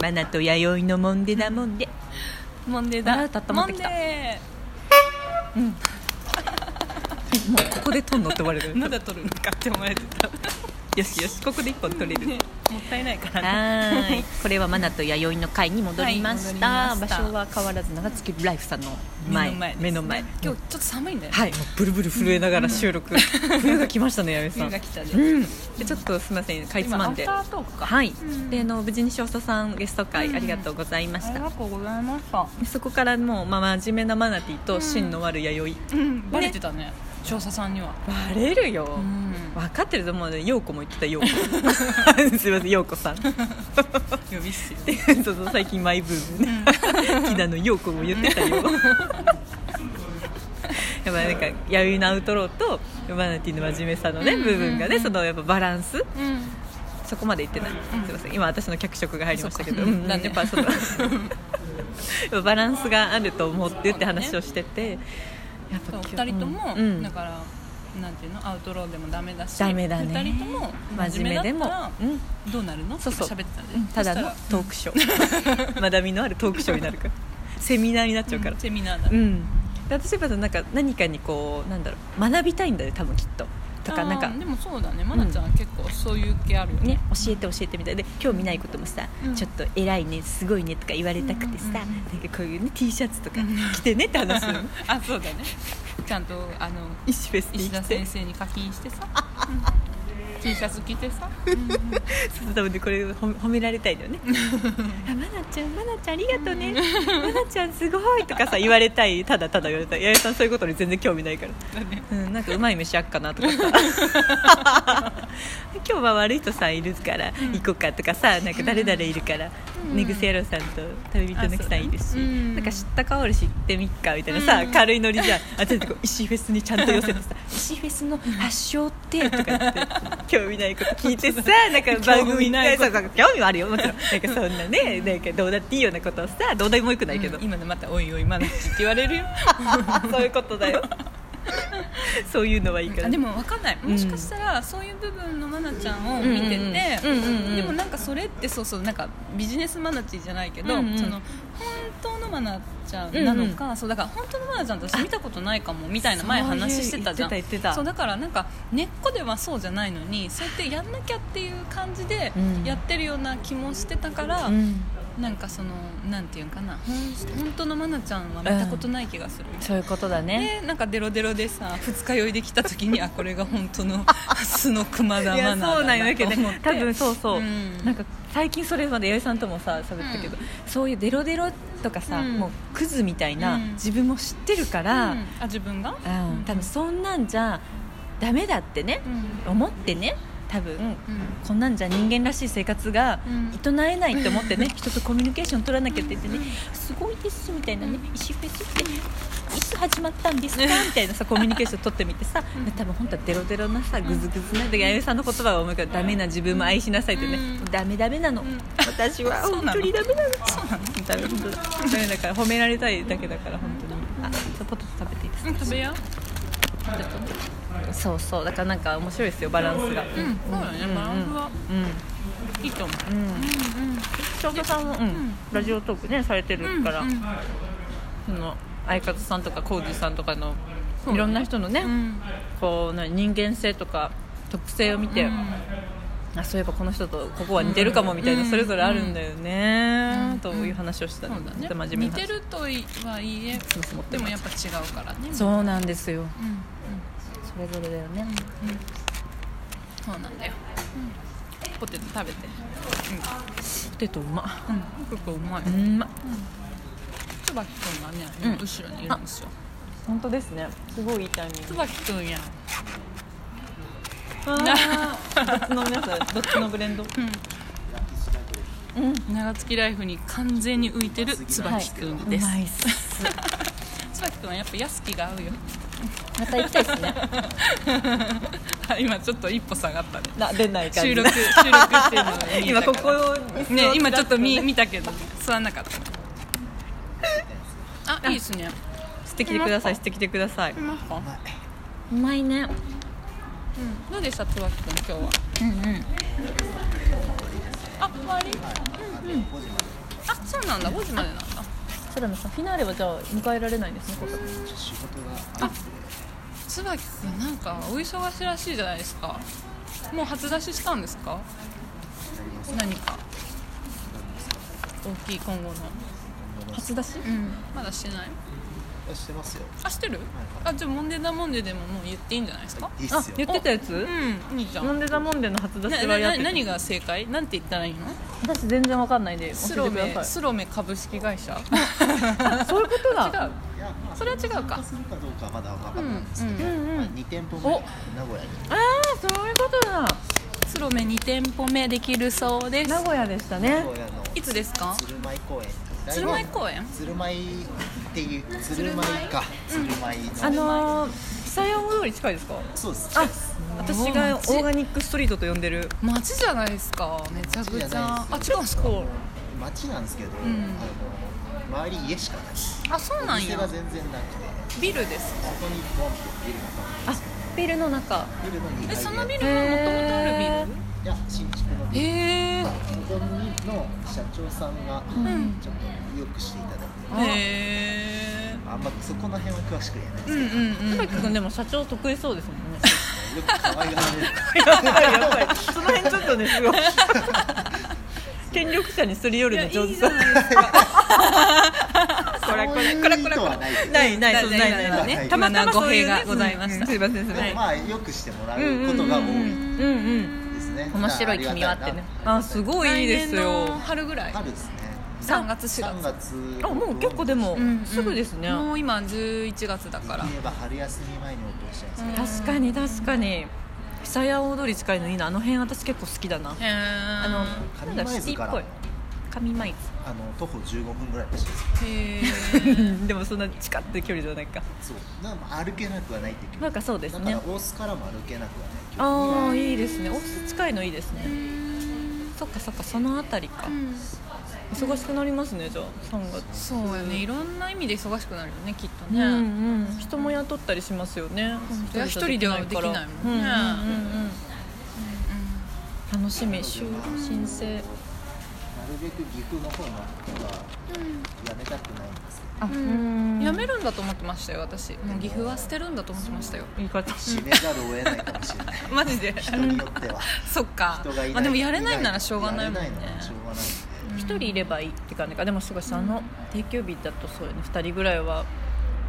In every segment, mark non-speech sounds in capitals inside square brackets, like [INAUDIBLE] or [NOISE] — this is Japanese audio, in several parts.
マナと弥生のもんでだもんでモンデーあーだ温まってきたモンデもうここでとんのって言われる [LAUGHS] ーまだ取るのかって思われてたよしよしここで一本取れるねもったいないからねはーいこれはマナと弥生の会に戻りました,、はい戻りました場所は変わらず長月ライフさんの前です今日ちょっと寒いんだよねはいもうブルブル震えながら収 [LAUGHS] 録、冬が来ましたね弥生さ冬んが来たでうん、でちょっとすみませんかいつまんで今アフタートークかはい、うんであの無事に少佐さんゲストう会んありがとうございまあしりた、がとうございましたでそこからもう、まあ、真面目なマナティーとん芯の悪い弥生、うんバレてたね調査さんにはバレるよ、うん分かってると思うので陽子も言ってた [LAUGHS] 陽子すみません陽子さん呼びっすよ [LAUGHS] そうそう最近マイブームね木田の陽子も言ってたよやっぱなんか弥生のアウトローとマナティーの真面目さのね、うん部分がうんうねんそのやっぱバランス [LAUGHS] うんそこまで言ってない、すみません今私の脚色が入りましたけど、そっかうんなやんでっぱ [LAUGHS] そのやっぱバランスがあると思ってって話をしてて、やっそう今日二人とも、うんうんだからなんていうのアウトローでもダメだしダメだね二人とも真面目でもだったら、うんどうなるのそうそうって喋ってたんで、ただのそトークショー [LAUGHS] 学びのあるトークショーになる [LAUGHS] からセミナーになっちゃうしたかららうん、セミナーだ、うん、で私はなんか何かにこうなんだろう学びたいんだよ多分きっととかあーなんかでもそうだねまなちゃん、結構そういう系あるよねね教えて教えてみたいで興味ないこともさ、うんちょっと偉いねすごいねとか言われたくてさ、うんうんうなんんかこういうね T シャツとか着てねって話すのあそうだねちゃんとあの石フェスに石来田て先生に課金してさ、うん T シャツ着てさ、そう多分ねこれ褒め褒められたい [LAUGHS] のよねあまなちゃんまなちゃんありがとうねまなちゃんすごいとかさ言われたいただただ言われたい八重さんそういうことに全然興味ないからだねうん、 [LAUGHS] なんかうまい飯あっかなとか [LAUGHS] さ今日は悪い人さんいるから行こうかとかさ、なんか誰々いるから、うん寝癖野郎さんと旅人の木さんいるあし、そうだねうんなんか知ったかおる知ってみっかみたいなさ、うん軽いノリじゃんあちょっとこう石フェスにちゃんと寄せてさ「石フェスの発祥って」とか言 [LAUGHS] って興味ないこと聞いてさなんか番組興味ないことそうそう興味はあるよもちろんなんかそんなねなんかどうだっていいようなことをさどうでもよくないけど、うん今のまた「おいおいまなち」って言われるよそういうこと [LAUGHS] だよそういうのはいいからあでも分かんないもしかしたら、そういう部分のまなちゃんを見てて、うんうんうんでもなんかそれってそうそうなんかビジネスマナチーじゃないけど、うんうんその本当のマナちゃんなのか、そうだから本当のマナちゃんと私見たことないかもみたいな前そういう話してたじゃん言ってた言ってたそうだからなんか根っこではそうじゃないのにそうやってやんなきゃっていう感じでうんやってるような気もしてたから、うんなんかそのなんていうんかなほん本当のマナちゃんは見たことない気がする、そういうことだね。でなんかデロデロでさ二日酔いで来た時にあこれが本当の素の熊田いマやナーそうなんよだなだけとど思って多分そうそう、うんなんか最近それまで八重さんともさ喋ったけど、そういうデロデロとかさ、うんもうクズみたいな、うん自分も知ってるかうんら、あ自分がうん多分そんなんじゃダメだってねう、ん思ってね多分うんこんなんじゃ人間らしい生活がうん営えないって思って [LAUGHS] ね、人とコミュニケーション取らなきゃって言ってね、すごいですみたいなね、石フェスっていつ始まったんですかみたいな [LAUGHS] さコミュニケーション取ってみてさ、うん多分本当はデロデロなさグズグズなで弥生さんの言葉が思うから、ダメな自分も愛しなさいってね、うんダメダメなの、ん私はそう本なの当にダメなのそうなのダメ本当だダメだから褒められたいだけだから本当にあちょっとポテト食べていいですかうん食べやそうそうだからなんか面白いですよバランスがうんうんそうだねバランスはうんいいと思ううん翔太さんも、うんラジオトークねされてうるんから、うんその相方さんとか浩二さんとかのそういろんな人のね、うんこうな人間性とか特性を見て、あそういえばこの人とここは似てるかもみたいな、うんそれぞれあるんだよね、うんという話をしてたそうちょっだとね真面目似な話てるとはいえそうそう持ってますでもやっぱ違うからねうそうなんですよんうんそれぞれだよね、そうなんだよポテト食べてポテトうまうん結構うまいうま椿くんがねうん後ろにいるんですよ本当ですねすごいいいタイミング椿くんやん [LAUGHS] あーどっちの皆さんどっちのブレンド長月ライフに完全に浮いてる椿くんです、はい、うまいっす椿くんはやっぱ安きが合うよまた行きたいですね今ちょっと一歩下がったねな出ない感じ収録収録してるの [LAUGHS] が見え今たかこらこをね今ちょっと見ね見たけど座んなかったあいいですね捨てきてください捨てきてください見ますか、うまいねどうでした椿くん今日はうんうんあ終わりうんあそうなんだ5時までなんだそうだなさフィナーレはじゃあ迎えられないんですね今年椿君なんかお忙しいらしいじゃないですかもう初出ししたんですか何か大きい今後の初出しうんまだしてないしてますよあしてるあじゃあモンデダモンデでももう言っていいんじゃないですかいいっあすよ言ってたやつうんいいじゃんなんでだもんでの初出なしはなやっなてた何が正解なんて言ったらいいの私全然わかんないんで教スえロてくメださスロメ株式会社いそういうことだ違うそれは違うかするかどうかはまだわかんないですけうど、んうんまあ、2店舗目お名古屋にああそういうことだスロメ2店舗目できるそうで名す古屋でした名ね古屋のいつですか鶴舞公園鶴舞公園鶴舞っていう鶴舞か鶴舞のあのー、久屋大通り近いですかそうですあ私がオ街ーガニックストリートと呼んでる街じゃないですかめちゃく街ちじゃゃなあいで違うんですか街なんですけど、んあの周り家しかないあそうなおん店やが全然なくてビルですそこにボンってビルがあビルの中ビルの2階えでそのビいルはもともとあるビや新築のルビルへえそこの社長さんがんちょっとよくしていただいて、あへえあんまそこの辺は詳しく言えないでうんすけうど、んうん椿君でも社長得意そうですもんねよく可愛がられるやばいやばいその辺ちょっとねすごい権力者にすり寄るの上手いやいいじゃないです [LAUGHS] かこれこれこれこれそういう意図こはないですけどないないないそうなないいないないなないいたまたまそういうね今の語弊がございましたうんすいませんすいまはせいんまあよくしてもらううんうんうんことが多いうんうんですね、面白い君はってねあすいごいいいです来よ年の春ぐらい春ですね3月4月3月あもう結構でもうんうんすぐですねもう今11月だから言えば春休み前にオープンしたんですけど、確かに確かに久屋大通り近いのいいなあの辺私結構好きだなへえあのなんだろう上前シ津ティかっらぽい上舞あの徒歩15分ぐらいらしいですへえ津 [LAUGHS] でもそんな近って距離じゃないかそうなんか歩けなくはないっていうなんかそうですねだから大須からも歩けなくはない距離ああいいですねオフィス近いのいいですねそっかそっかその辺りか忙しくなりますねじゃあ3月 [LAUGHS] そうやねいろんな意味で忙しくなるよねきっとうね、んうん人も雇ったりしますよねそりゃ一人ではできないもんねうんうんうんうん楽しみ就申請なるべく岐阜の方の人はやめたくないんですけどあうんやめるんだと思ってましたよ私もう岐阜は捨てるんだと思ってましたよ言い方閉めざるを得ないかもしれないマジで人によっては [LAUGHS] そっか人がいないまあ、でもやれないならしょうがないもんねやれないならしょうがない一人いればいいって感じかでもすごいしあの定休日だとそうよね2人ぐらいは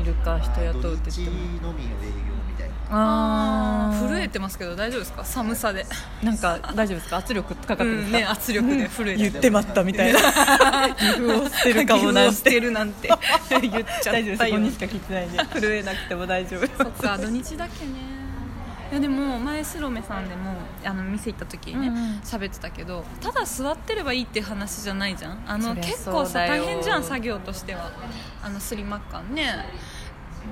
いるか人んで雇うっ土て日言ってものみの営業みたいなああ震えてますけど大丈夫ですか寒さで、なんか大丈夫ですか圧力かかってうるんですんか、ね、圧力で震えて言ってまったみたい [LAUGHS] な岐阜を捨 [LAUGHS] てるかもなん岐阜を捨ててるなんて言っちゃったよ大丈夫ですにしか聞いてないんで震えなくても大丈夫 [LAUGHS] [LAUGHS] そっか土日だけねいやでも前スロメさんでもあの店行った時にねうんうん喋、ってたけどただ座ってればいいって話じゃないじゃんあそのりゃ結構そうさだよ大変じゃん作業としてはあのスリマッカンね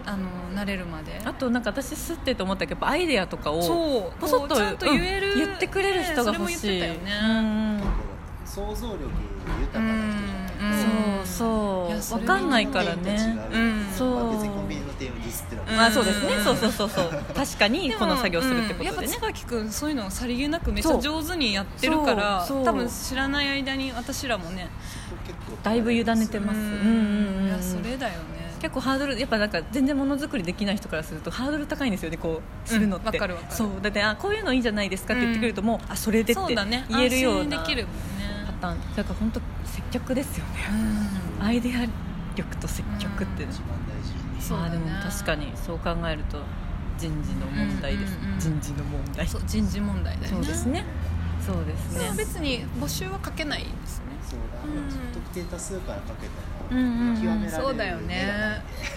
あの慣れるまであとなんか私すってと思ったけどやっぱアイデアとかをそうポソッとこうちゃんと言えるうん言ってくれる人が欲しい、ねそれも言ってたよねうんうん想像力豊かな人じゃうないんとそいうやそそうれ分はかんないからねコンビニと違ううんそうまあ別にコンビニの店をディスってるわけじゃまあそうですねうんそうそうそうそう確かにでもこの作業するってことうんでやねっぱ椿君そういうのをさりげなくめっちゃ上手にやってるからそうそう多分知らない間に私らもねない結構だいぶ委ねてますううんんうんうんいやそれだよね結構ハードルやっぱなんか全然ものづくりできない人からするとハードル高いんですよねこうするのって、うんわかるわかるそうだってあこういうのいいんじゃないですかって言ってくるともう、あそれでっそうてだね言えるような安パ心できるもんターンだから本当接客ですよねねアイデア力と接客って、一番大事そうだねまあでも確かにそう考えると人事の問題です、うんうんうん人事の問題そう人事問題だよそうねですねそうですまあね別に募集はかけないですねそうだ、うん特定多数からかけてうんうんうもん見極められる、そうだよね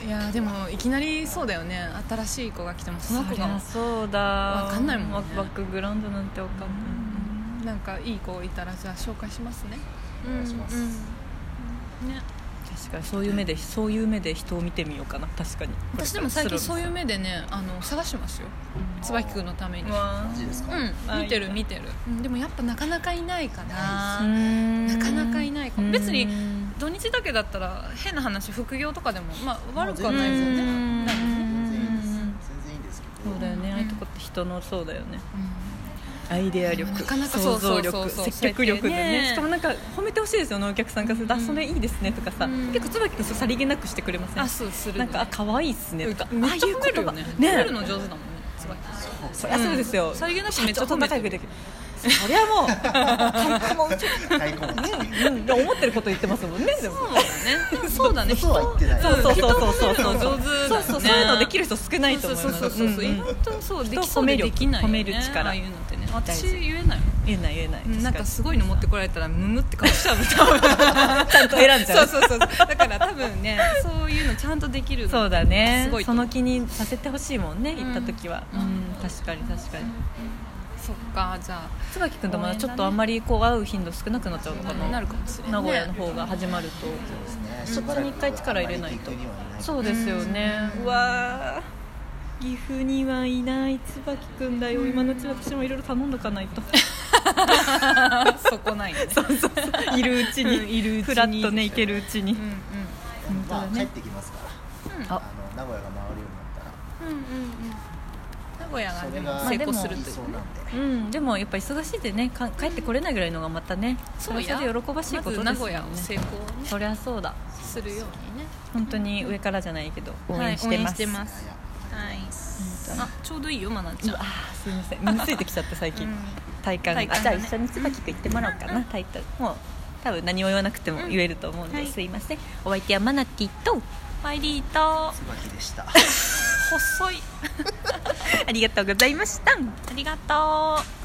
いやでもいきなりそうだよね新しい子が来てもその子そりゃがそうだわかんないもんねババックグラウンドなんてわかんない、なんかいい子いたらじゃあ紹介しますねお願いしますうんうんね確かにそういう目でそういう目で人を見てみようかな確かに私でも最近そうういう目でねあの探してますよ椿君のためにうわマジですか、ん見てる見てるうんでもやっぱなかなかいないかなななかなかいないかも別にうん土日だけだったら変な話副業とかでもまあ悪くはないですよねうんなんかね全然いいですそうだよね、んああいうとこって人のそうだよねうんアイデア力なかなかそ想うそ像うそう力そう接客力でねねしかもなんか褒めてほしいですよねお客さんからすると、うんあそれいいですね」とかさ、うん結構椿君そうさりげなくしてくれませんあそうするなよんねか「あ可愛いっすね」とかめっちあゃあいう褒めるよね言葉褒めるの上手だもんね椿そりゃそうですよ、さりげなくめっちゃ社長褒めてると仲良くできるそりゃもう太鼓も打ち太鼓持ちうんうんで思ってること言ってますもんねでもそうだねそうだね嘘は言ってないそうそうそうそうそう人を褒めるの上手そうそだねうそういうのできる人少ないと思いますそうそうそうそう、んん意外とそうできそうでできないよ、ね、褒める力ああいうのってね大私事言えないもん言えない言えないうんなんか確すごいの持ってこられたらムムって顔しちゃうもん多分にちゃんと選んじゃうそうそうそうだから多分ねそういうのちゃんとできるのそうだねすごいとそ思うの気にさせてほしいもんねん行った時は、ううんん確かに確かにそっかじゃ椿君とまだちょっと応援だねあんまりこう会う頻度少なくなっちゃうのかなあなるかもしれない名古屋の方が始まると、そそっちに一回力入れないとそうですよね、うわー岐阜にはいない椿君だよ今のうち私もいろいろ頼んどかない [LAUGHS] とあそこないよね [LAUGHS] そうそうそういるうちに、うんいるうちにフラッとね行けるうちに、うんうんまあ本当だ帰ねってきますからあうんあの名古屋が回るようになったうらんうんうん名古屋がそでれもが成功する理という想なんでうん、でもやっぱ忙しいでねか帰ってこれないぐらいのがまたねそうれやはそれで喜ばしいことですよねまず名古屋を成功ねそりゃそうだするようにね本当に上からじゃないけど応はい援してます,、まいやはい本あちょうどいいよまなち当にゃんうわーすみません身についてきちゃった最近、うん体感が体感あじゃがあね一緒に椿君行ってもらおうかな、体感もう多分何も言わなくても言えると思うんで、うんはいすいませんお相手はマナティとパイリーと椿でした細いありがとうございましたありがとう